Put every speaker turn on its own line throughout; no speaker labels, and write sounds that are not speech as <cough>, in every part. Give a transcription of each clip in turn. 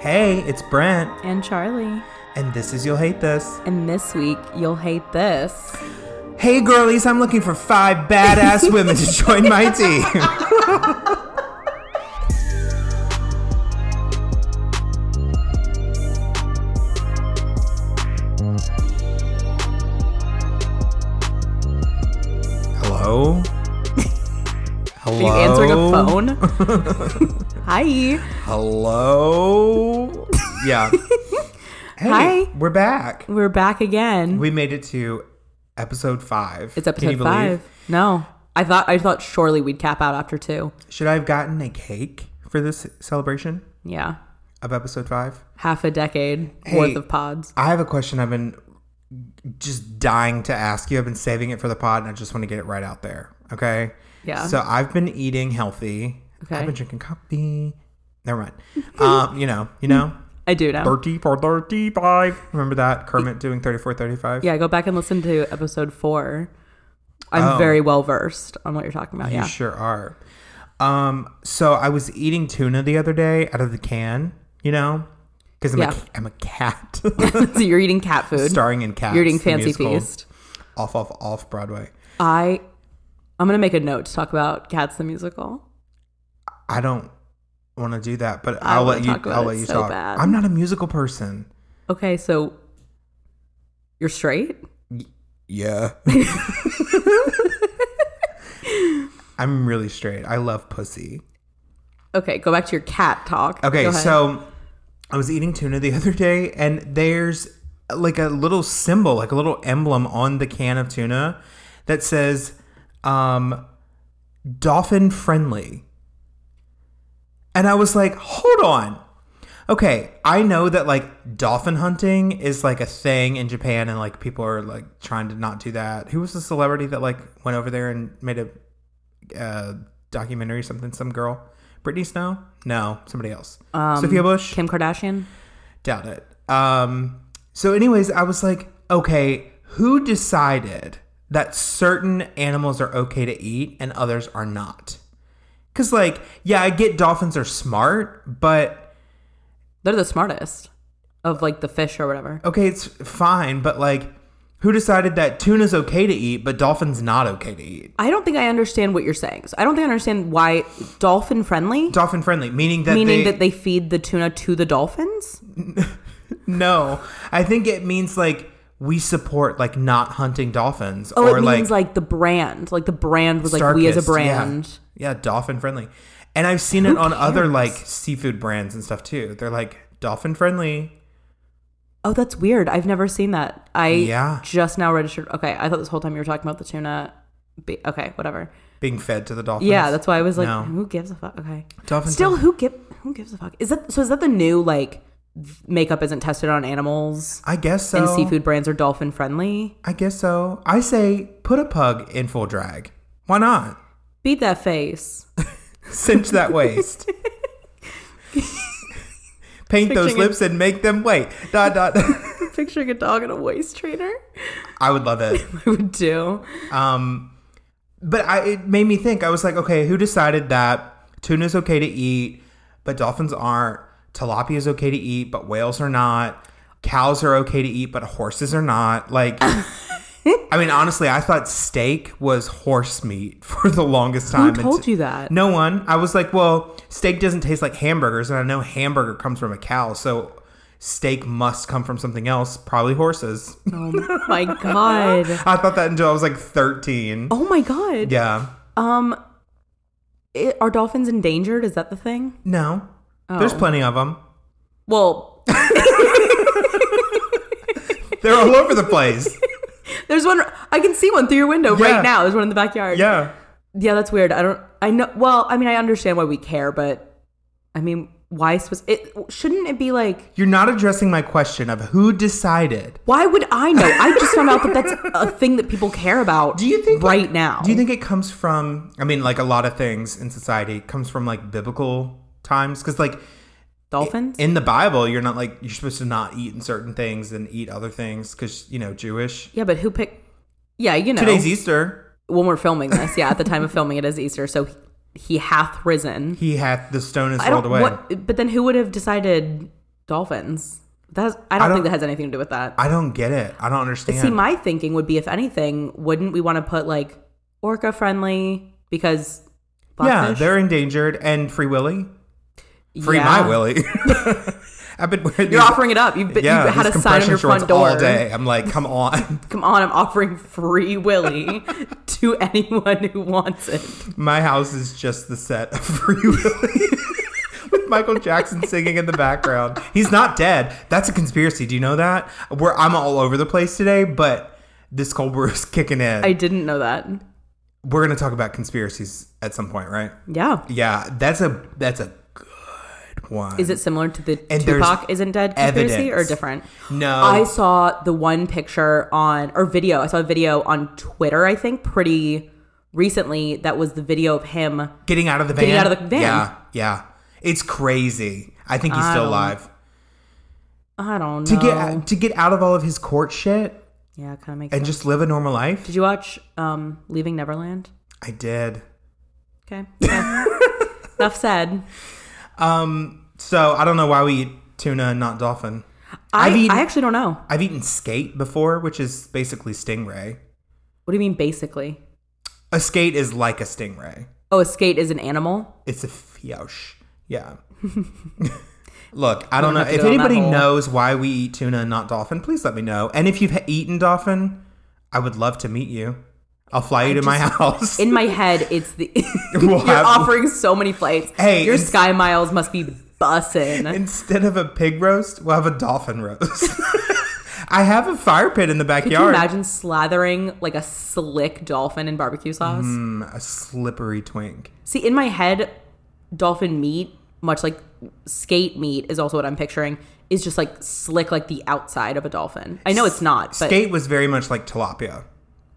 Hey, it's Brent,
And Charlie.
and this is You'll Hate This.
And this week, you'll hate this.
Hey, girlies, I'm looking for five
<laughs>
badass women to join my team. Hello?
Are
Hello?
you answering a phone?
<laughs>
Hi.
Hello? Yeah. Hey,
<laughs> Hi.
We're back.
We're back again.
We made it to episode five. Can
it's
you
episode
believe?
five. No. I thought I thought surely we'd cap out after two.
Should I have gotten a cake for this celebration
Yeah.
of episode five?
Half a decade
Hey.
worth of pods.
I have a question I've been just dying to ask you. I've been saving it for the pod and I just want to get it right out there. Okay.
Yeah.
So I've been eating healthy.
Okay.
I've been drinking coffee. Never mind. <laughs> um, you know, you
<laughs>
know,
I do know.
30 for 35. Remember that? Kermit doing 34, 35?
Yeah, go back and listen to episode four. I'm very well versed on what you're talking about.
Oh. You
Yeah.
sure are. Um, so I was eating tuna the other day out of the can, you know, because I'm,
Yeah.
a c I'm a cat.
<laughs>
<laughs>
so you're eating cat food.
starring in Cats.
you're eating
the
Fancy
musical,
Feast.
Off, off, off Broadway.
I I'm gonna make a note to talk about Cats the musical.
I don't want to do that, but
I
I'll
wanna
let you.
talk about
I'll
it
let you
so
talk.
bad.
I'm not a musical person.
Okay, so you're straight? <laughs>
Yeah. I'm really straight. I love pussy.
Okay, go back to your cat talk. Go
Okay,
ahead.
so I was eating tuna the <laughs> other day, and there's like a little symbol, like a little emblem on the can of tuna that says um, dolphin friendly. And I was like, hold on. Okay, I know that like dolphin hunting is like a thing in Japan, and like people are like trying to not do that. Who was the celebrity that like went over there and made a uh, documentary or something? Some girl, Brittany Snow? No, somebody else.
Um,
Sophia Bush?
Kim Kardashian?
Doubt it. Um, so, anyways, I was like, okay, who decided that certain animals are okay to eat and others are not? Because, like, yeah, I get dolphins are smart, but
They're the smartest of like the fish or whatever.
okay, it's fine. But, like, who decided that tuna's okay to eat, but dolphins not okay to eat?
I don't think I understand what you're saying. So I don't think I understand why dolphin friendly,
Dolphin friendly, meaning that
meaning
they,
that they feed the tuna to the dolphins.
no, I think it means like we support like not hunting dolphins
Oh,
or
it
like
means like, the brand. Like the brand was like we as a
Starkist, yeah.
brand.
Yeah, dolphin friendly. And I've seen it on other like seafood brands and stuff too. They're like dolphin friendly.
Oh, that's weird. I've never seen that. I
Yeah.
just now registered. Okay, I thought this whole time you were talking about the tuna. Be- okay, whatever.
Being fed to the dolphins.
Yeah, that's why I was like,
No.
who gives a fuck? Okay.
Dolphin
Still, who give who gives a fuck? Is that so? Is that the new like makeup isn't tested on animals
I guess so.
and seafood brands are dolphin friendly?
I guess so. I say put a pug in full drag. Why not?
Beat that face.
Cinch that
<laughs>
waist. Paint those
Picturing it-
lips and make them wait. Dot
<laughs>
dot.
I'm <laughs> picturing a dog in a waist trainer.
I would love it.
<laughs> I would do.
Um, but I, it made me think. I was like, okay, who decided that tuna's okay to eat, but dolphins aren't? Tilapia is okay to eat, but whales are not. Cows are okay to eat, but horses are not.
<laughs>
Like, I mean, honestly, I thought steak was horse meat <laughs> for the longest time. and
Who told
t- <laughs>
you that?
No one. I was like, well, steak doesn't taste like hamburgers, and I know hamburger comes from a cow, so steak must come from something else, probably horses. <laughs>
Oh my god.
I thought that until I was like 13.
Oh my god.
Yeah.
Um, i are dolphins endangered? Is that the thing?
No. There's
Oh.
plenty of them.
Well,
They're all over the
<laughs>
place.
<laughs> there's one. I can see one through your window
Yeah.
right now. There's one in the backyard.
Yeah.
Yeah, that's weird. I don't. I know. Well, I mean, I understand why we care, but I mean, why? Spe- it shouldn't it be like?
You're not addressing my question of who decided.
Why would I know? I just found out that that's a thing that people care about.
Do you think
right now?
Do you think it comes from I mean like a lot of things in society comes from like biblical times cuz like
dolphins?
in the Bible you're not like you're supposed to not eat in certain things and eat other things cuz you know Jewish.
yeah, but who picked? Yeah, you know,
Today's Easter.
when we're filming this, yeah, at the time of filming, it is Easter, so he, he hath risen.
He hath the stone is
I
rolled
don't.
away.
What, but then, who would have decided dolphins. That's I don't,
don't-
think that has anything to do with that.
I don't get it. I don't understand.
See, my thinking would be if anything, wouldn't we want to put like orca friendly because
yeah,
blackfish?
they're endangered and free Willy. Free my
Yeah. <laughs>
Willy. <laughs> I've been wearing
You're
these-
offering it up. You've, been,
yeah,
you've had a
these
sign on
compression
your front
shorts
door.
all day. I'm like, come on. <laughs>
Come on, I'm offering free Willy to anyone who wants it.
My house is just the set of <laughs> Free Willy with Michael Jackson singing in the background. He's not dead. That's a conspiracy. Do you know that? Where I'm all over the place today, but this cold brew is kicking in.
I didn't know that.
We're gonna talk about conspiracies at some point, right?
Yeah.
Yeah, that's a that's a good one.
Is it similar to the
And there's
Tupac isn't dead conspiracy or
evidence. Oh.
different?
No,
I saw the one picture on or video. I saw a video on Twitter, I think, pretty recently that was the video of him.
getting out of the van.
Getting out of the van.
Yeah, yeah. It's crazy. I think he's still
Um,
alive.
I don't
To
know.
get to get out of all of his court shit
yeah, kind of makes
and
sense.
just live a normal life.
Did you watch um Leaving Neverland?
I did.
Okay. Yeah.
<laughs>
Enough said.
Um, so I don't know why we eat tuna and not dolphin.
I,
I've eaten-
I actually don't know.
I've eaten skate before, which is basically stingray.
What do you mean basically?
A skate is like a stingray.
Oh, a skate is an animal?
It's a fiosh.
<laughs>
Yeah. Look, I don't know
have to
if
go down that
anybody
hole.
knows why we eat tuna and not dolphin. Please let me know. And if you've ha- eaten dolphin, I would love to meet you. I'll fly you to my house. <laughs>
In my head, it's the <laughs>
We'll
you're
have-
offering so many flights.
Hey,
your
it's-
sky miles must be bussin'.
Instead of a pig roast, we'll have a dolphin roast. <laughs> I have a fire pit in the
Could you
backyard.
imagine slathering like a slick dolphin in barbecue sauce?
Mm, a slippery twink.
See, in my head, dolphin meat, much like skate meat, is also what I'm picturing. Is just like slick, like the outside of a dolphin. I know it's not, but
Skate was very much like tilapia.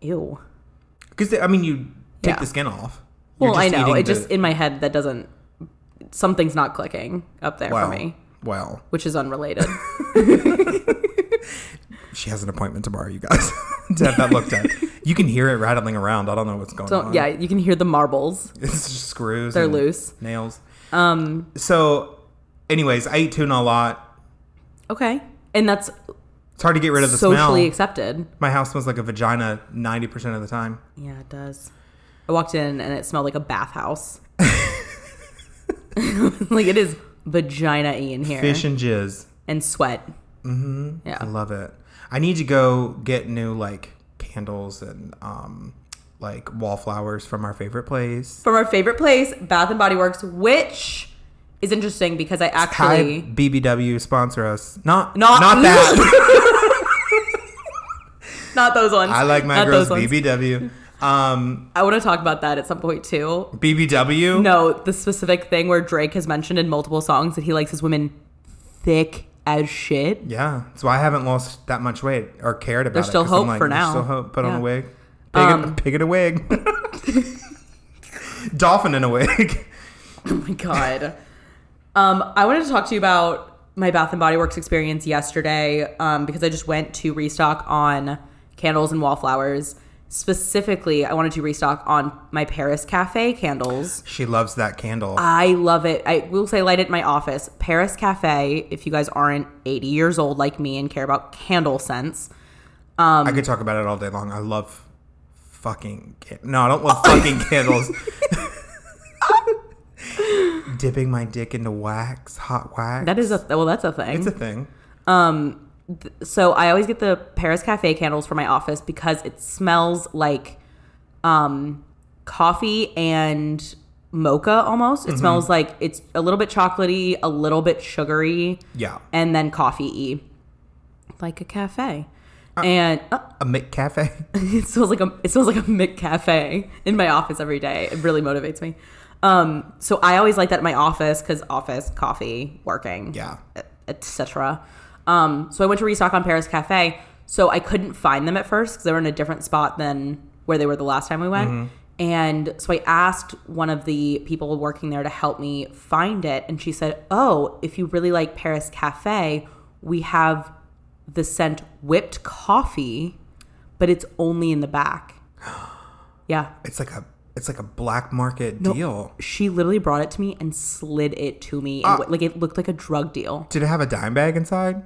ew.
Because I mean, you take
Yeah.
the skin off. You're
Well, I know.
eating
It
the-
just in my head that doesn't. Something's not clicking up there
well,
for me,
Well,
which
<laughs>
is unrelated.
she has an appointment tomorrow, you guys, <laughs> to have that looked at.
<laughs>
You can hear it rattling around. I don't know what's going
so
on.
yeah, you can hear the marbles.
<laughs> it's just screws.
They're
and
loose.
Nails.
Um,
So, anyways, I eat tuna a lot.
Okay. And that's
It's hard to get rid of the
socially
smell.
accepted.
my house smells like a vagina ninety percent of the time.
Yeah, it does. I walked in and it smelled like a bathhouse. <laughs> like it is vagina y in here.
Fish and jizz.
and sweat. Mm-hmm.
I
Yeah.
love it. I need to go get new like candles and um like wallflowers from our favorite place.
From our favorite place, Bath and Body Works, which is interesting because I
Hi,
actually
BBW, sponsor us. Not not,
<laughs> Not-
that.
not those ones.
I like my
not
girls
those ones.
BBW. Um,
I want to talk about that at some point too.
BBW.
No, the specific thing where Drake has mentioned in multiple songs that he likes his women thick as shit.
Yeah, that's why I haven't lost that much weight or cared about
There's
it.
still
'cause I'm
hope
there's
for now.
Still hope. Put on a
Yeah.
wig. Pig, in,
Um,
pig in a wig. <laughs> Dolphin in a wig.
<laughs>
<laughs>
Oh my god. <laughs> um, I wanted to talk to you about my Bath and Body Works experience yesterday um, because I just went to restock on candles and wallflowers. Specifically, I wanted to restock on my Paris Cafe candles.
She loves that candle.
I love it. I will say light it in my office. Paris Cafe, if you guys aren't 80 years old like me and care about candle scents,
I could talk about it all day long. I love fucking. Can- no, I don't love
<laughs>
fucking candles. <laughs> Dipping my dick into wax, hot wax.
that is a well, that's a thing.
It's a thing.
so I always get the Paris Cafe candles for my office because it smells like um coffee and mocha almost. It smells like it's a little bit chocolatey, a little bit sugary,
Yeah.
and then coffee y. Like a cafe. and uh,
A Mick Cafe.
<laughs> it smells like a it smells like a Mick cafe in my office every day. It really motivates me. Um, so I always like that in my office because office coffee working
Yeah.
etc. Um, so I went to restock on Paris Cafe. So I couldn't find them at first because they were in a different spot than where they were the last time we went. And so I asked one of the people working there to help me find it, and she said, "Oh, if you really like Paris Cafe, we have the scent whipped coffee, but it's only in the back." Yeah,
It's like a it's like a black market deal.
She literally brought it to me and slid it to me. And, wh- like it looked like a drug deal.
Did it have a dime bag inside?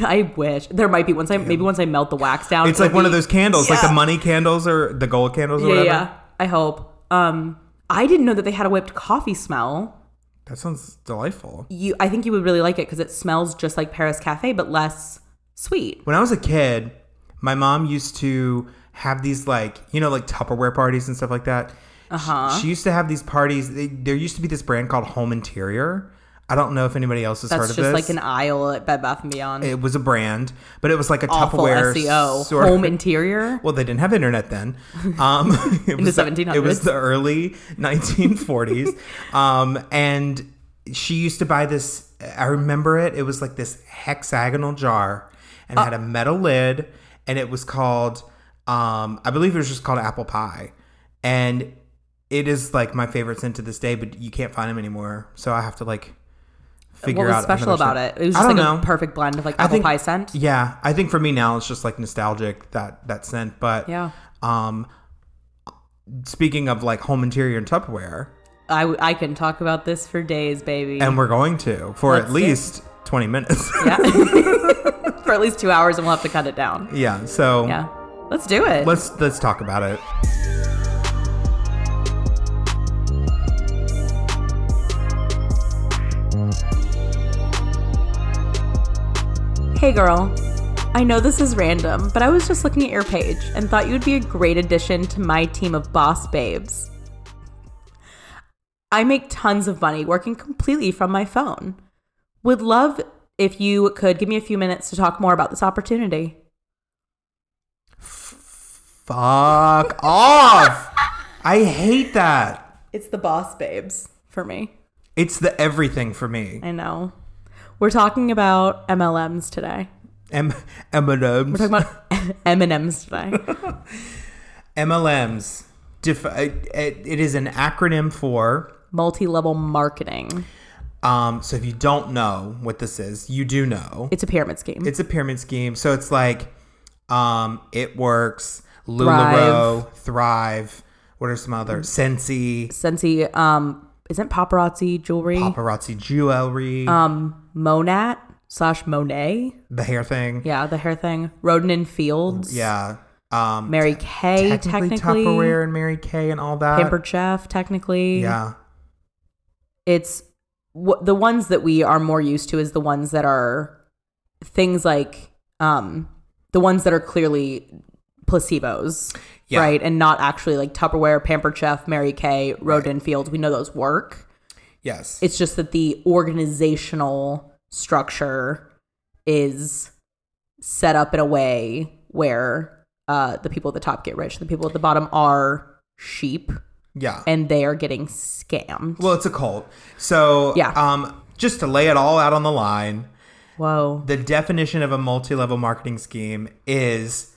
<laughs> I wish there might be once I maybe once I melt the wax down.
It's like
it'll
one of
be-
those candles, like
Yeah.
the money candles or the gold candles or
Yeah,
whatever.
yeah. I hope. Um, I didn't know that they had a whipped coffee smell.
That sounds delightful.
You, I think you would really like it because it smells just like Paris Cafe, but less sweet.
When I was a kid, my mom used to have these like you know like Tupperware parties and stuff like that. Uh
Uh-huh.
huh. She used to have these parties. They, there used to be this brand called Home Interior. I don't know if anybody else has heard
That's
of
just
this.
like an aisle at Bed Bath and Beyond.
it was a brand, but it was like a
Awful
Tupperware
SEO.
sort-
Home interior.
Well, they didn't have internet
<laughs>
then. Um, <laughs> it was It was
1700s.
the early
<laughs>
1940s, um, and she used to buy this. I remember it. It was like this hexagonal jar, and it
Uh.
had a metal lid, and it was called. Um, I believe it was just called apple pie, and it is like my favorite scent to this day. But you can't find them anymore, so I have to like <laughs> figure
What was
out
special
another
about
scent.
it? It was
I
just like
don't
a
know.
perfect blend of like
I
apple
think-
pie scent.
Yeah, I think for me now it's just like nostalgic that that scent. But
Yeah.
um, speaking of like home interior and Tupperware,
I, w- I can talk about this for days, baby.
and we're going to for
Let's
at
do
least twenty minutes. <laughs>
yeah. <laughs> for at least two hours, and we'll have to cut it down.
yeah. So
Yeah. Let's do it.
let's let's talk about it.
Hey girl. I know this is random, but I was just looking at your page and thought you'd be a great addition to my team of boss babes. I make tons of money working completely from my phone. Would love if you could give me a few minutes to talk more about this opportunity.
Fuck <laughs> off! I hate that.
It's the boss babes for me.
It's the everything for me.
I know. We're talking about MLMs today.
M- M&Ms.
We're talking about <laughs> M&Ms today.
MLMs. Def- it, it is an acronym for
Multi-level marketing.
Um, so if you don't know what this is, you do know.
It's a pyramid scheme.
It's a pyramid scheme. So it's like um, It Works, LuLaRoe, Thrive. What are some
Mm-hmm.
other? Sensi,
Scentsy, um, isn't paparazzi jewelry?
Paparazzi Jewelry,
um, Monat slash Monet.
the hair thing. Yeah.
Yeah, the hair thing. Roden and Fields.
Um,
Mary Kay,
technically,
technically.
Tupperware and Mary Kay and all that.
Pampered Chef, technically.
Yeah.
It's w- the ones that we are more used to is the ones that are things like um, the ones that are clearly placebos,
Yeah.
right? And not actually like Tupperware, Pampered Chef, Mary Kay, Roden Fields. We know those work.
Yes.
It's just that the organizational structure is set up in a way where uh, the people at the top get rich, the people at the bottom are sheep,
yeah.
and they are getting scammed.
well, it's a cult. So
Yeah.
um, just to lay it all out on the line,
Whoa.
the definition of a multi-level marketing scheme is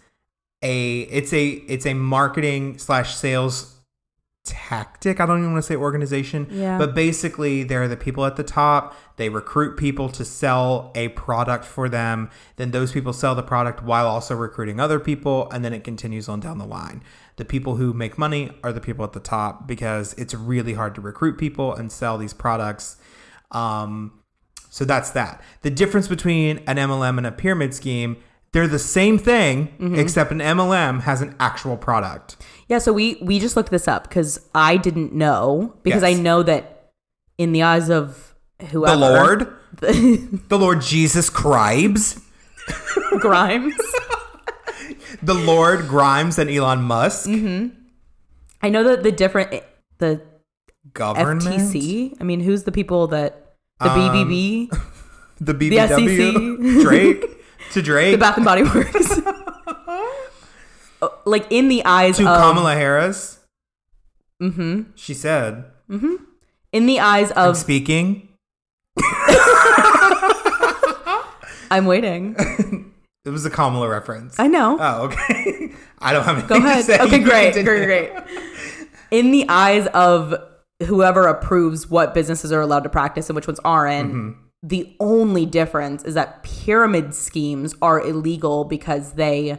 a it's a it's a marketing slash sales tactic i don't even want to say organization
Yeah.
but basically they're the people at the top they recruit people to sell a product for them then those people sell the product while also recruiting other people and then it continues on down the line the people who make money are the people at the top because it's really hard to recruit people and sell these products um, so that's that. The difference between an MLM and a pyramid scheme, they're the same thing, except an MLM has an actual product.
Yeah, so we we just looked this up because I didn't know because
Yes.
I know that in the eyes of
The
whoever <laughs>
Lord, the Lord Jesus Grimes,
Grimes.
the Lord Grimes and Elon Musk
Mm-hmm. I know that the different the
government,
FTC. I mean, who's the people that the
Um,
BBB,
the
E
BBW, <laughs>
SEC.
Drake to Drake
the Bath and
<laughs>
Body Works. Uh, like in the eyes
to
of
Kamala Harris. Mm-hmm. She said,
in the eyes
"I'm
of
speaking." <laughs>
I'm waiting.
It was a Kamala reference.
I know.
oh, okay. <laughs> I don't have
Go
anything to
ahead.
say. <laughs>
Okay,
You
great,
continue.
great, great. In the eyes of whoever approves what businesses are allowed to practice and which ones aren't.
Mm-hmm.
The only difference is that pyramid schemes are illegal because they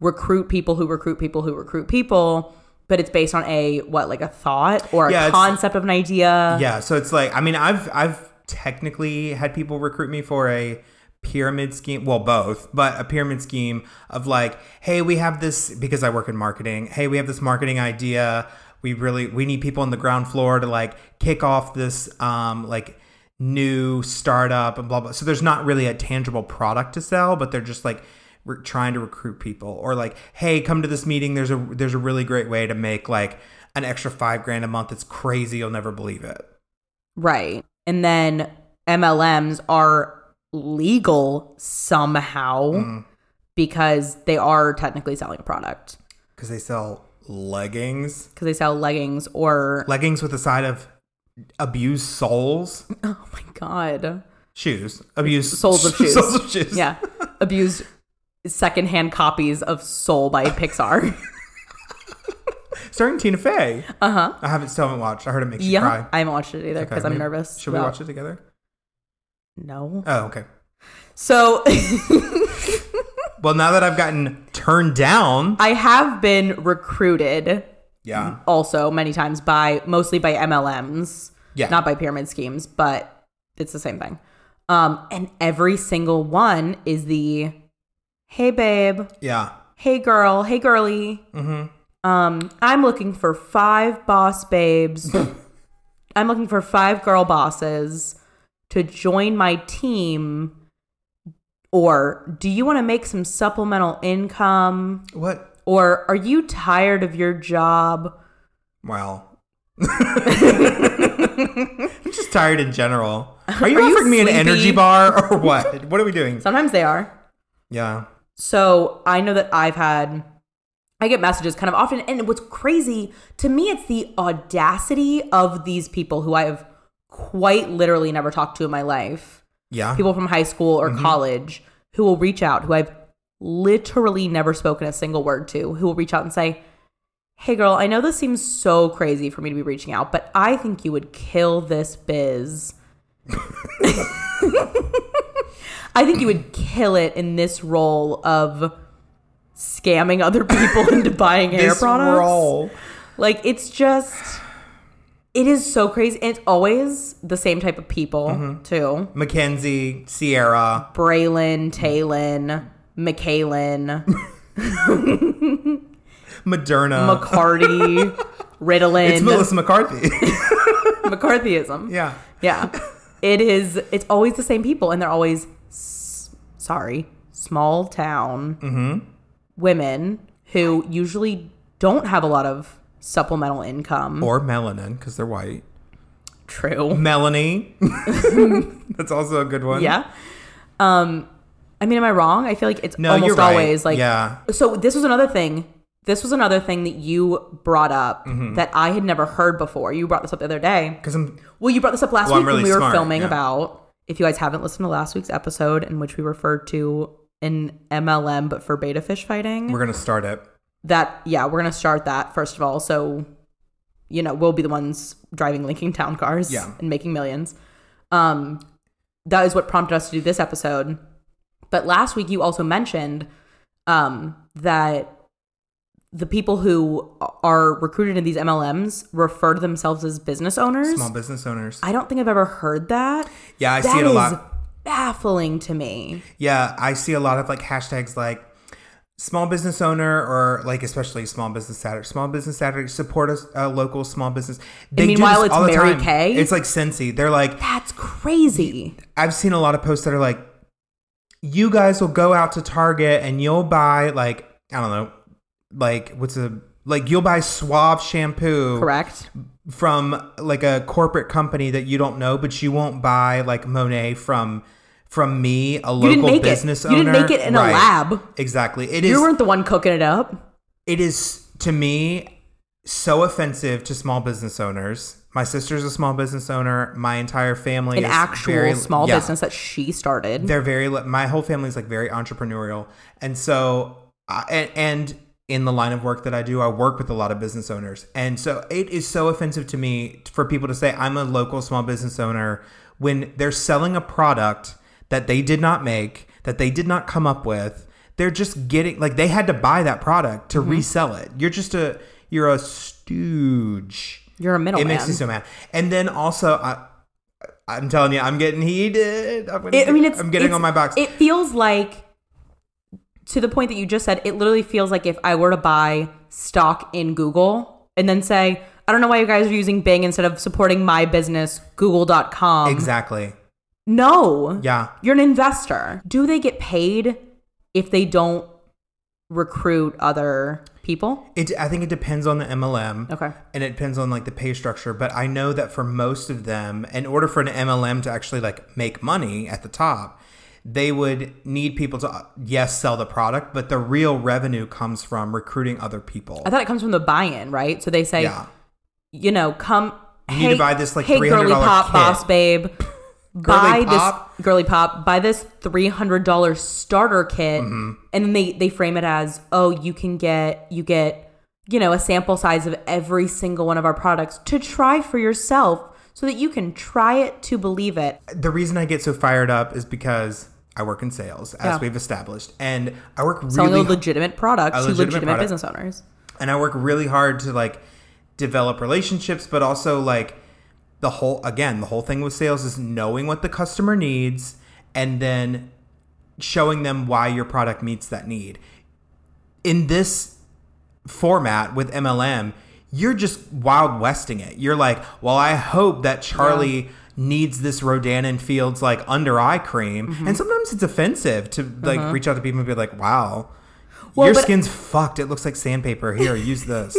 recruit people who recruit people who recruit people but it's based on a what like a thought or a
Yeah, it's-
concept of an idea.
Yeah, so it's like I mean I've I've technically had people recruit me for a pyramid scheme, well both, but a pyramid scheme of like, hey, we have this because I work in marketing. Hey, we have this marketing idea. We really we need people on the ground floor to like kick off this um like new startup and blah blah. So there's not really a tangible product to sell, but they're just like re- trying to recruit people or like hey come to this meeting there's a there's a really great way to make like an extra five grand a month it's crazy you'll never believe it
Right. And then MLMs are legal somehow
Mm-hmm.
because they are technically selling a product
because they sell leggings,
because they sell leggings or
leggings with a side of abused soles,
<laughs> oh my god.
shoes, abused
<laughs> Soles of shoes.
<laughs> soles of shoes.
Yeah. Abused secondhand copies of Soul
<laughs>
by Pixar.
starring Tina Fey.
uh huh.
I haven't still haven't watched. I heard it makes you
Yeah.
cry.
I haven't watched it either because
Okay,
I'm
maybe-
nervous.
Should we
Well,
watch it together?
No.
Oh, okay.
So <laughs>
Well, now that I've gotten turned down,
I have been recruited Mm-hmm.
yeah,
also many times by mostly by MLMs,
Yeah.
not by pyramid schemes, but it's the same thing. Um, and every single one is the hey babe,
yeah,
hey girl, hey girly. Um, I'm looking for five boss babes. I'm looking for five girl bosses to join my team. Or do you want to make some supplemental income?
what?
Or are you tired of your job? <laughs>
Well, I'm just tired in general. Are you
Are you
offering me an energy
sleepy?
bar or <laughs> what? What are we doing?
Sometimes they are.
Yeah,
So I know that I've had, I get messages kind of often. And what's crazy to me, it's the audacity of these people who I have quite literally never talked to in my life
yeah,
people from high school or college who will reach out, who I've literally never spoken a single word to, who will reach out and say, Hey girl, I know this seems so crazy for me to be reaching out, but I think you would kill this biz. <laughs> I think you would kill it in this role of scamming other people <laughs> into buying hair
This
products.
roll.
Like it's just it is so crazy. And it's always the same type of people too.
Mackenzie, Sierra,
Braylon, Taylon,
Mm-hmm. <laughs>
McKaylin,
Moderna.
McCarty,
it's
Ritalin,
Melissa McCarthy.
<laughs> McCarthyism.
yeah.
Yeah. It is, it's always the same people, and they're always, s- sorry, small town
Mm-hmm.
women who usually don't have a lot of supplemental income.
Or melanin because they're white.
True. <laughs>
Melanie. That's also a good one.
Yeah. Um, I mean, am I wrong? I feel like it's
No,
almost
you're right.
always like
yeah,
So this was another thing. This was another thing that you brought up
Mm-hmm.
that I had never heard before. You brought this up the other day.
because I'm
Well, you brought this up last
Well, I'm
week when
really
we were
smart,
filming
yeah.
about. If you guys haven't listened to last week's episode in which we referred to an MLM but for beta fish fighting,
we're gonna start it.
that yeah, we're gonna start that first of all. So, you know, we'll be the ones driving linking town cars
Yeah.
and making millions. Um, that is what prompted us to do this episode. But last week you also mentioned um, that the people who are recruited in these MLMs refer to themselves as business owners.
Small business owners.
I don't think I've ever heard that.
yeah, I
That
see it a
is
lot.
baffling to me.
Yeah, I see a lot of like hashtags like small business owner or like especially small business Saturday. Small business Saturday support us a local small business. They do
meanwhile,
this
it's
all the
Mary
time.
Kay?
It's like Scentsy. They're like
That's crazy.
I've seen a lot of posts that are like, you guys will go out to Target and you'll buy like I don't know, like what's a like you'll buy Suave shampoo
Correct.
from like a corporate company that you don't know, but you won't buy like Monet from from me, a local
You didn't make it.
business
You
owner.
didn't make it in
Right.
a lab.
Exactly. It
You
is-
weren't the one cooking it up.
it is to me so offensive to small business owners. My sister's a small business owner. My entire family
an
is
actual
very-
small
yeah.
business that she started.
they're very my whole family's like very entrepreneurial and so I, and, and in the line of work that i do i work with a lot of business owners and so it is so offensive to me for people to say i'm a local small business owner when they're selling a product that they did not make that they did not come up with they're just getting like they had to buy that product to resell it you're just a You're a stooge.
You're a
It
middleman.
makes me so mad. And then also, I, I'm telling you, I'm getting heated. I'm gonna
It- I mean, it's.
I'm getting
it's-
on my box.
It feels like, to the point that you just said, it literally feels like if I were to buy stock in Google and then say, I don't know why you guys are using Bing instead of supporting my business, Google.com.
exactly.
No.
Yeah.
You're an investor. Do they get paid if they don't recruit other people?
It. I think it depends on the MLM.
Okay.
and it depends on like the pay structure but i know that for most of them in order for an mlm to actually like make money at the top they would need people to uh, yes sell the product but the real revenue comes from recruiting other people
I thought it comes from the buy-in, right? So they say,
yeah
you know, come. You
need to buy this, like,
hey, girly
$300
pop,
kit.
boss babe.
<laughs>
buy
pop?
this girly pop. Buy this three hundred dollar starter kit,
Mm-hmm.
and then they they frame it as, oh, you can get you get you know a sample size of every single one of our products to try for yourself, so that you can try it to believe it.
the reason i get so fired up is because i work in sales as
Yeah.
we've established and i work
Selling
really
a legitimate product
A
to
legitimate
legitimate
product.
business owners.
and I work really hard to like develop relationships, but also like the whole again, the whole thing with sales is knowing what the customer needs and then showing them why your product meets that need. In this format with MLM, you're just wild westing it. You're like, well, I hope that Charlie needs this Rodan and Fields like under eye cream, and sometimes it's offensive to like reach out to people and be like, wow.
Well,
Your
but-
skin's fucked. It looks like sandpaper.
<laughs>
Here, use this.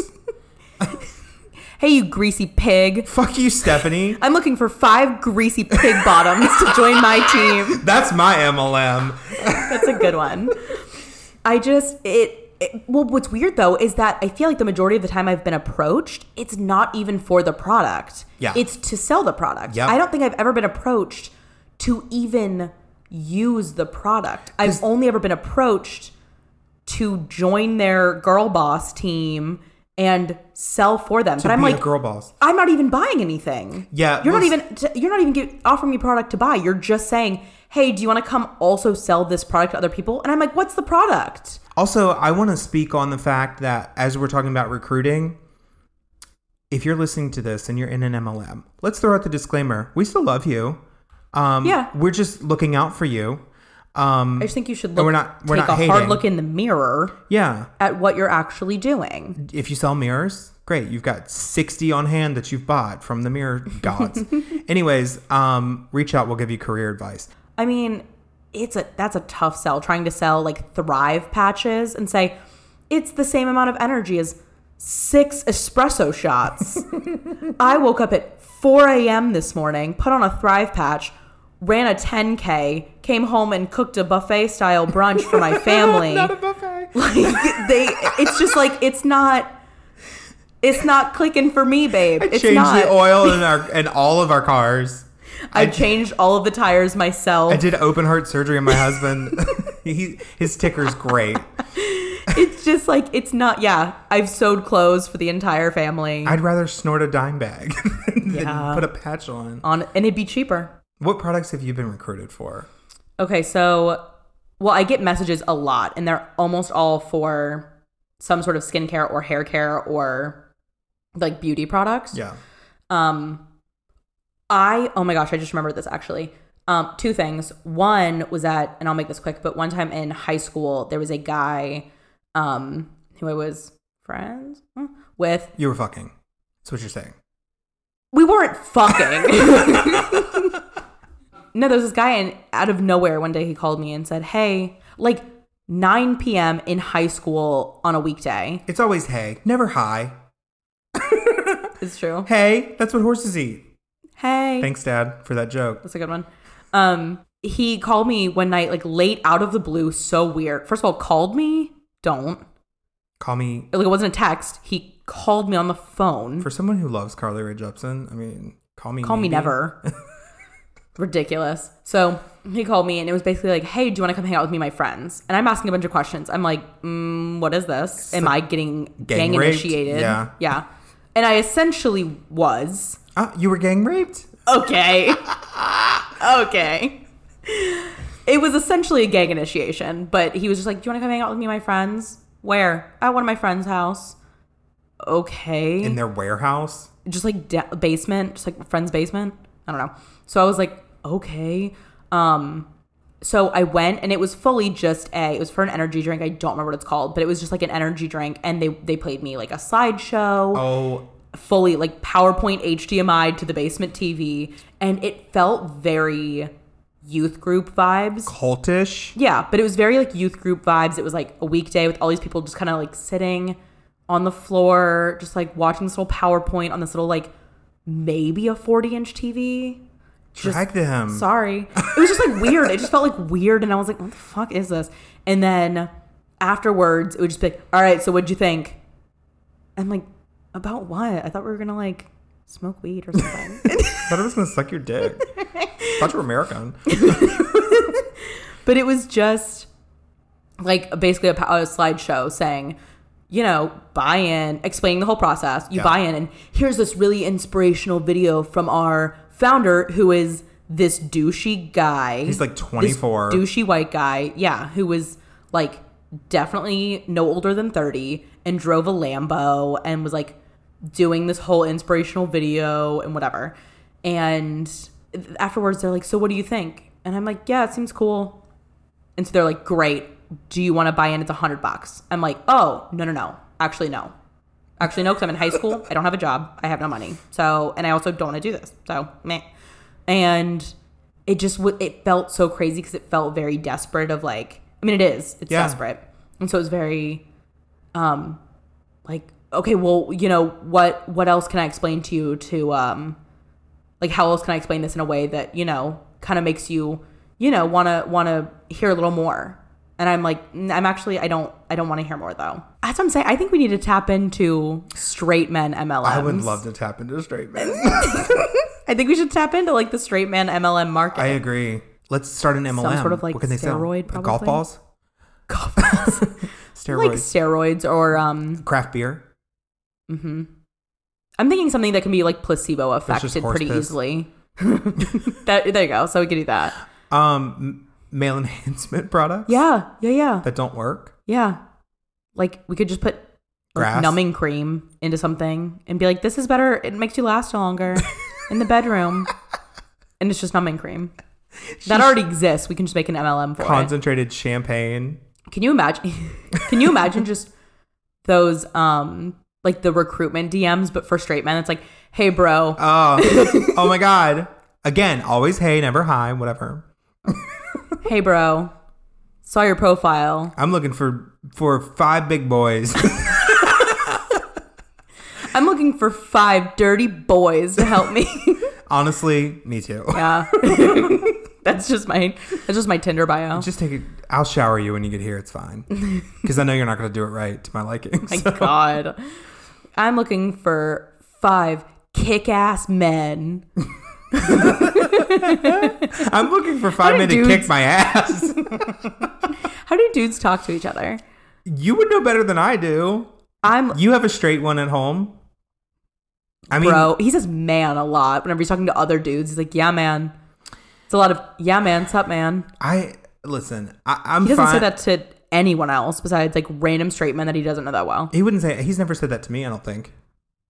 Hey, you greasy pig.
Fuck you, Stephanie.
I'm looking for five greasy pig
<laughs>
bottoms to join my team.
That's my MLM.
That's a good one. I just it, it well what's weird though is that I feel like the majority of the time I've been approached, it's not even for the product.
Yeah.
It's to sell the product.
Yep.
I don't think I've ever been approached to even use the product. I've only ever been approached to join their girl boss team and sell for them. But I'm
Be a
like
girl balls.
I'm not even buying anything.
Yeah,
you're not
well,
even t- you're not even give, offering me product to buy. You're just saying, "Hey, do you want to come also sell this product to other people?" And I'm like, "What's the product?"
Also, I want to speak on the fact that as we're talking about recruiting, if you're listening to this and you're in an MLM, let's throw out the disclaimer. We still love you. Um,
Yeah.
We're just looking out for you.
I just think you should look.
we're not- we're
take
not
a hard
hating.
look in the mirror
Yeah.
at what you're actually doing.
if you sell mirrors, great. You've got 60 on hand that you've bought from the
<laughs>
mirror gods. Anyways, um, reach out. We'll give you career advice.
I mean, it's a that's a tough sell trying to sell like Thrive patches and say it's the same amount of energy as six espresso
<laughs>
shots. I woke up at 4 a.m. this morning, put on a Thrive patch, ran a 10k, came home and cooked a buffet style brunch
<laughs>
for my family.
buffet.
<laughs> like they, it's just like it's not. It's not clicking for me, babe. it's
Change
not.
the oil in our in all of our cars.
I changed all of the tires myself.
I did open heart surgery on my husband. <laughs> he his ticker's great.
it's just like it's not yeah i've sewed clothes for the entire family
I'd rather snort a dime bag <laughs> than
Yeah.
put a patch on.
on and it'd be cheaper
What products have you been recruited for?
okay so well i get messages a lot and they're almost all for some sort of skincare or hair care or like beauty products
Yeah.
Um, I oh my gosh, I just remembered this actually. Um, two things. One was that, and I'll make this quick, but one time in high school, there was a guy, um, who I was friends with.
You were fucking. That's what you're saying.
We weren't fucking. <laughs> no, there was this guy, and out of nowhere, one day he called me and said, "Hey, like 9 p.m. in high school on a weekday."
It's always hey, never hi.
It's true.
Hey, that's what horses eat.
Hey,
Thanks, Dad, for that joke.
That's a good one. Um, he called me one night, like late out of the blue, so weird. First of all, called me. Don't.
Call me <laughs>
Like it wasn't a text. He called me on the phone.
for someone who loves Carly Rae Jepsen. I mean, call me.
call me
maybe. <laughs>
never. Ridiculous. So he called me and it was basically like, "Hey, do you want to come hang out with me, and my friends?" And I'm asking a bunch of questions. I'm like, mm, "What is this? Am I getting gang,
Gang raped?
initiated?"
Yeah.
yeah. And I essentially was.
Ah, you were gang raped. <laughs>
okay. okay. It was essentially a gang initiation, but he was just like, Do you want to come hang out with me and my friends? Where? At one of my friends' house. okay.
in their warehouse.
just like da- basement, just like friend's basement. I don't know. So I was like, okay. Um, so I went and it was fully just a. It was for an energy drink. I don't remember what it's called, but it was just like an energy drink, and they they played me like a slideshow,
Oh,
fully like PowerPoint HDMI to the basement TV, and it felt very youth group vibes.
cultish.
Yeah, but it was very like youth group vibes. It was like a weekday with all these people just kind of like sitting on the floor, just like watching this little PowerPoint on this little like maybe a 40 inch TV. Just-
Drag them.
Sorry. It was just like weird. It just felt like weird. And I was like, what the fuck is this? And then afterwards, it would just be like, all right, so what'd you think? I'm like, about what? I thought we were going to like smoke weed or something.
thought I was gonna suck your
<laughs>
dick. thought you were American.
but it was just like basically a, pow- a slideshow saying you know buy in explaining the whole process you
Yeah.
buy in and here's this really inspirational video from our founder who is this douchey guy
He's like
this
24.
douchey white guy yeah who was like definitely no older than 30 and drove a lambo and was like doing this whole inspirational video and whatever and afterwards they're like so what do you think and i'm like yeah it seems cool and so they're like, great. Do you want to buy in? It's a hundred bucks. I'm like, oh, no, no, no. Actually, no. Actually, no, because I'm in high school. I don't have a job. I have no money. So, and I also don't want to do this. So, meh. And it just, w- it felt so crazy because it felt very desperate of like, I mean, it is. It's
Yeah.
desperate. And so it was very, um, like, okay, well, you know, what, what else can I explain to you to, um, like how else can I explain this in a way that you know kind of makes you you know want to want to hear a little more and I'm like "N- I'm actually I don't I don't want to hear more though that's what I'm saying I think we need to tap into straight men MLMs
I would love to tap into straight men.
<laughs> I think we should tap into like the straight man MLM market <laughs>
I agree. Let's start an MLM.
sort of, like, steroid,
sell? Uh, Golf
probably?
balls,
Golf like
steroids,
steroids or um
craft beer.
I'm thinking something that can be like placebo
just
affected
horse
pretty
piss.
easily <laughs> that there you go so we could do that
um m- male <laughs> enhancement products
yeah yeah yeah
that don't work
Yeah. Like we could just put like,
Grass?
numbing cream into something and be like, this is better. It makes you last longer in the bedroom. And it's just numbing cream. That already exists. We can just make an MLM for
<laughs>
it.
concentrated champagne
Can you imagine? <laughs> Can you imagine just those, um, like the recruitment DMs, but for straight men? It's like, hey, bro,
oh oh my god again always hey never hi whatever
hey, bro, saw your profile.
i'm looking for for five big boys <laughs>
I'm looking for five dirty boys to help me. <laughs>
honestly me too
yeah. <laughs> that's just my, that's just my Tinder bio.
just take it i'll shower you when you get here it's fine
<laughs>
because i know you're not going to do it right to my liking
My
so-
God. I'm looking for five kick ass men.
i'm looking for five
What
men
do
to kick
dudes-
my ass <laughs>
How do dudes talk to each other?
you would know better than i do
I'm,
you have a straight one at home i mean
bro, he says man a lot whenever he's talking to other dudes. He's like, yeah, man. It's a lot of, yeah, man, sup, man.
i listen I, i'm
He doesn't
fine
say that to anyone else besides like random straight men that he doesn't know that well.
He wouldn't say. He's never said that to me. I don't think.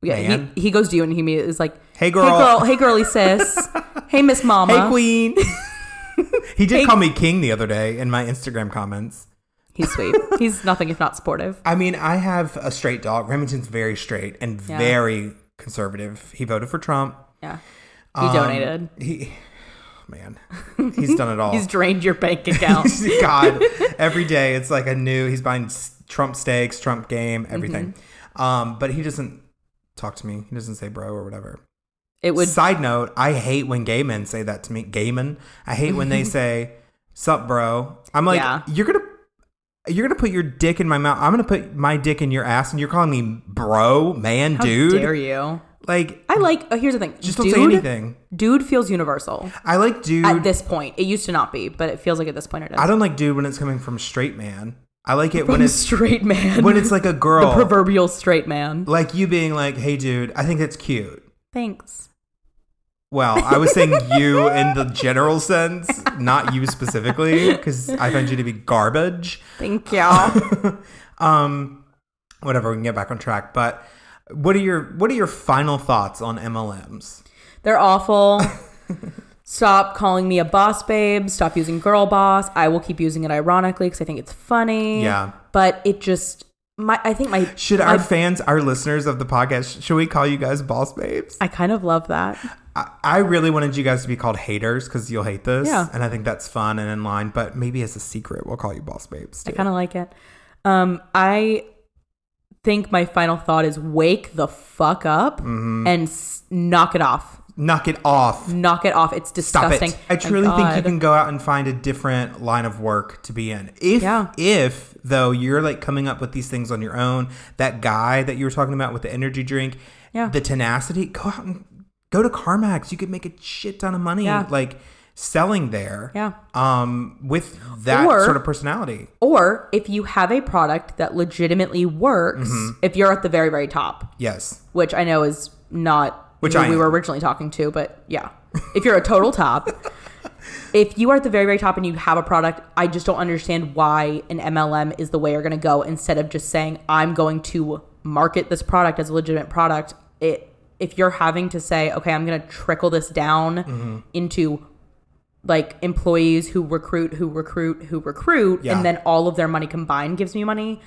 Yeah,
Man.
he, he goes to you and he immediately is like,
Hey,
hey,
girl.
girl, hey,
<laughs>
girly sis. hey, Miss Mama.
Hey,
<laughs>
queen. he did
Hey.
call me king the other day in my Instagram comments.
He's sweet. He's nothing if not supportive.
I mean, I have a straight dog. Remington's very straight and
Yeah.
very conservative. He voted for Trump.
Yeah. He
Um,
donated.
He, oh, man, he's done it
<laughs>
all.
He's drained your bank
<laughs>
account.
God, every day it's like a new. He's buying s- Trump steaks, Trump game,
Mm-hmm.
everything. Um, but he doesn't talk to me. He doesn't say bro or whatever.
It would
Side note, I hate when gay men say that to me. Gay men. I hate when
<laughs>
they say, Sup, bro. I'm like,
Yeah.
you're gonna you're gonna put your dick in my mouth. I'm gonna put my dick in your ass and you're calling me bro, man,
How
dude.
dare you?
Like
I like. Oh, here's the thing.
just don't
dude,
say anything.
Dude feels universal
I like dude.
at this point. It used to not be, but it feels like at this point it is.
I don't like dude when it's coming from a straight man. I like it
From
when
a
it's
straight man.
when it's like a
<laughs> the
girl.
proverbial straight man.
like you being like, Hey dude, I think that's cute.
Thanks.
Well, I was
<laughs>
saying you in the general sense, not you specifically, because I find you to be garbage. <laughs>
Thank you.
um whatever we can get back on track but What are your What are your final thoughts on MLMs?
They're awful. Stop calling me a boss babe. Stop using girl boss. I will keep using it ironically because I think it's funny.
Yeah.
But it just my I think my
Should
my-
our fans, our listeners of the podcast, should we call you guys boss babes?
I kind of love that.
I, I really wanted you guys to be called haters because you'll hate this,
Yeah.
and I think that's fun and in line. But maybe as a secret, we'll call you boss babes.
I
Too.
kind of like it. Um, I think my final thought is wake the fuck up
Mm-hmm.
and s- knock it off.
Knock it off.
Knock it off. It's
Stop
disgusting.
it. I
My
truly think you
God.
can go out and find a different line of work to be in. If
Yeah.
if though you're like coming up with these things on your own, that guy that you were talking about with the energy drink,
Yeah.
the tenacity, go out and go to CarMax. You could make a shit ton of money
Yeah.
like selling there.
Yeah.
Um with that
Or-
sort of personality.
Or if you have a product that legitimately works,
Mm-hmm.
if you're at the very, very top,
Yes.
which I know is not
Which
who
I
we
am.
were originally talking to, but yeah. If you're a
<laughs>
total top, if you are at the very, very top and you have a product, I just don't understand why an MLM is the way you're going to go instead of just saying, I'm going to market this product as a legitimate product. It, if you're having to say, okay, I'm going to trickle this down
Mm-hmm.
into like employees who recruit, who recruit, who recruit,
Yeah.
and then all of their money combined gives me money.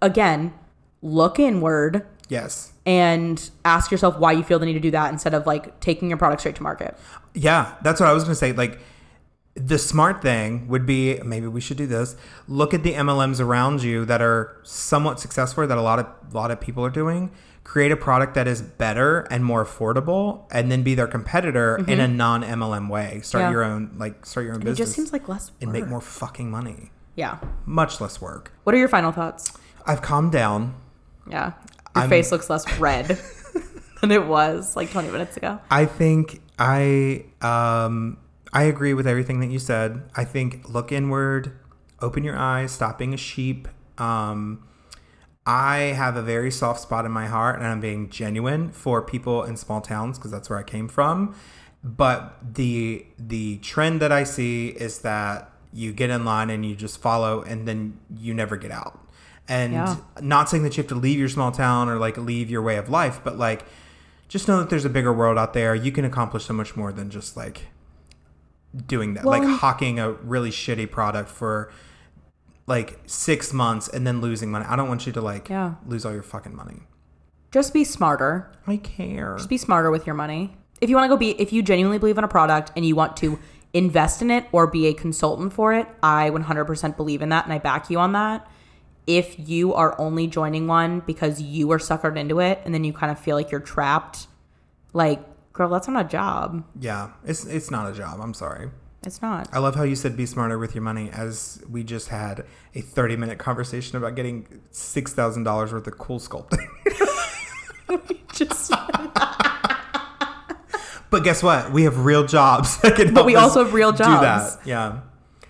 Again, look inward
Yes.
and ask yourself why you feel the need to do that instead of like taking your product straight to market.
Yeah, that's what I was going to say. Like, the smart thing would be maybe we should do this. Look at the MLMs around you that are somewhat successful that a lot of a lot of people are doing. Create a product that is better and more affordable, and then be their competitor in a non MLM way. Start
Mm-hmm. Yeah.
your own like start your own
It
business
just seems like less
and make
work.
more fucking money,
Yeah.
much less work.
What are your final thoughts?
I've calmed down.
Yeah. Your
I'm-
face looks less red <laughs> than it was like 20 minutes ago.
I think I um I agree with everything that you said. I think look inward, open your eyes, stop being a sheep. Um I have a very soft spot in my heart and I'm being genuine for people in small towns because that's where I came from. But the the trend that I see is that you get in line and you just follow and then you never get out. And
Yeah.
not saying that you have to leave your small town or like leave your way of life, but like just know that there's a bigger world out there. You can accomplish so much more than just like doing that,
Well,
like
and-
hawking a really shitty product for like six months and then losing money. I don't want you to like
Yeah.
lose all your fucking money.
Just be smarter.
I care.
Just be smarter with your money. If you want to go be, if you genuinely believe in a product and you want to invest in it or be a consultant for it, I 100% believe in that and I back you on that. If you are only joining one because you were suckered into it and then you kind of feel like you're trapped, like, girl, that's not a job.
Yeah, it's it's not a job. I'm sorry.
It's not.
<laughs> I love how you said be smarter with your money as we just had a 30 minute conversation about getting $6,000 worth of cool sculpting. <laughs>
Just,
But guess what? We have real jobs <laughs> that can help
we
us
also have real jobs.
Do that. Yeah.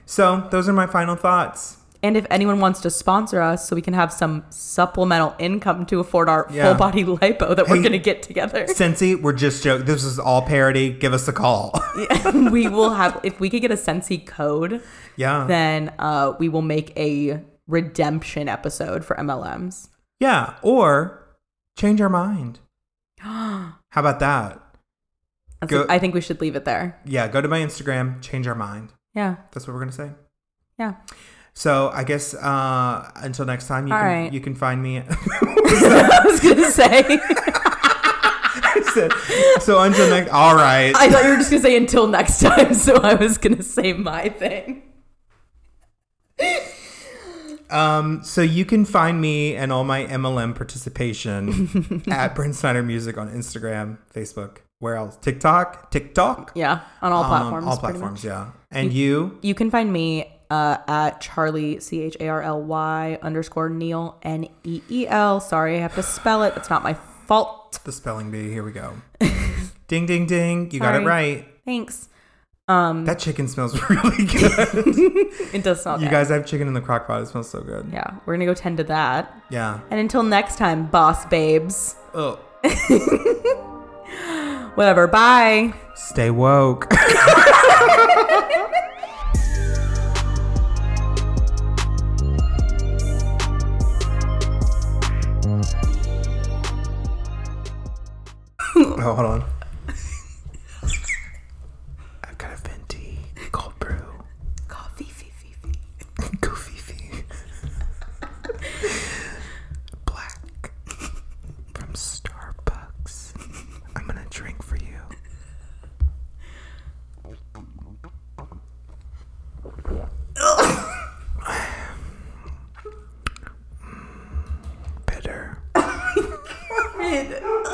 So those are my final thoughts.
and if anyone wants to sponsor us so we can have some supplemental income to afford our
Yeah.
full body lipo that we're
Hey.
going to get together, <laughs>
Cincy, we're just joking. This is all parody. Give us a call. <laughs>
we will have, if we could get a Sensi code,
yeah.
then uh, we will make a redemption episode for MLMs.
yeah. Or change our
<gasps>
mind. How about that?
That's
Go-
I think we should leave it there.
Yeah. Go to my Instagram, change our mind.
Yeah.
That's what we're going to say. <laughs>
Yeah. <laughs>
So I guess uh, until next time, you,
All
can,
right.
you can find me. <laughs>
I was going to say,
so until next, all right.
I thought you were just going to say until next time. So I was going to say my thing.
Um, so you can find me and all my MLM
<laughs>
participation at Bryn Snyder Music on Instagram, Facebook, where else? TikTok, TikTok,
Yeah. On all
Um,
platforms.
all
pretty much.
platforms, yeah. And you,
You can find me uh, at Charlie C H A R L Y underscore Neil N E E L. Sorry, I have to spell it. It's not my fault.
the spelling bee. Here we go. ding, ding, ding! You got it
Sorry.
right.
Thanks.
That chicken smells <laughs> really good.
It does smell
you
good.
guys have chicken in the crock pot. It smells so good.
yeah, we're gonna go tend to that.
Yeah.
And until next time, boss babes.
Oh,
Whatever. Bye.
stay woke. <laughs> Oh, hold on. I've got a venti cold brew.
Coffee, fee, fee, fee.
<laughs> Goofy fee. Black. From Starbucks. I'm gonna drink for you. Bitter.
Red.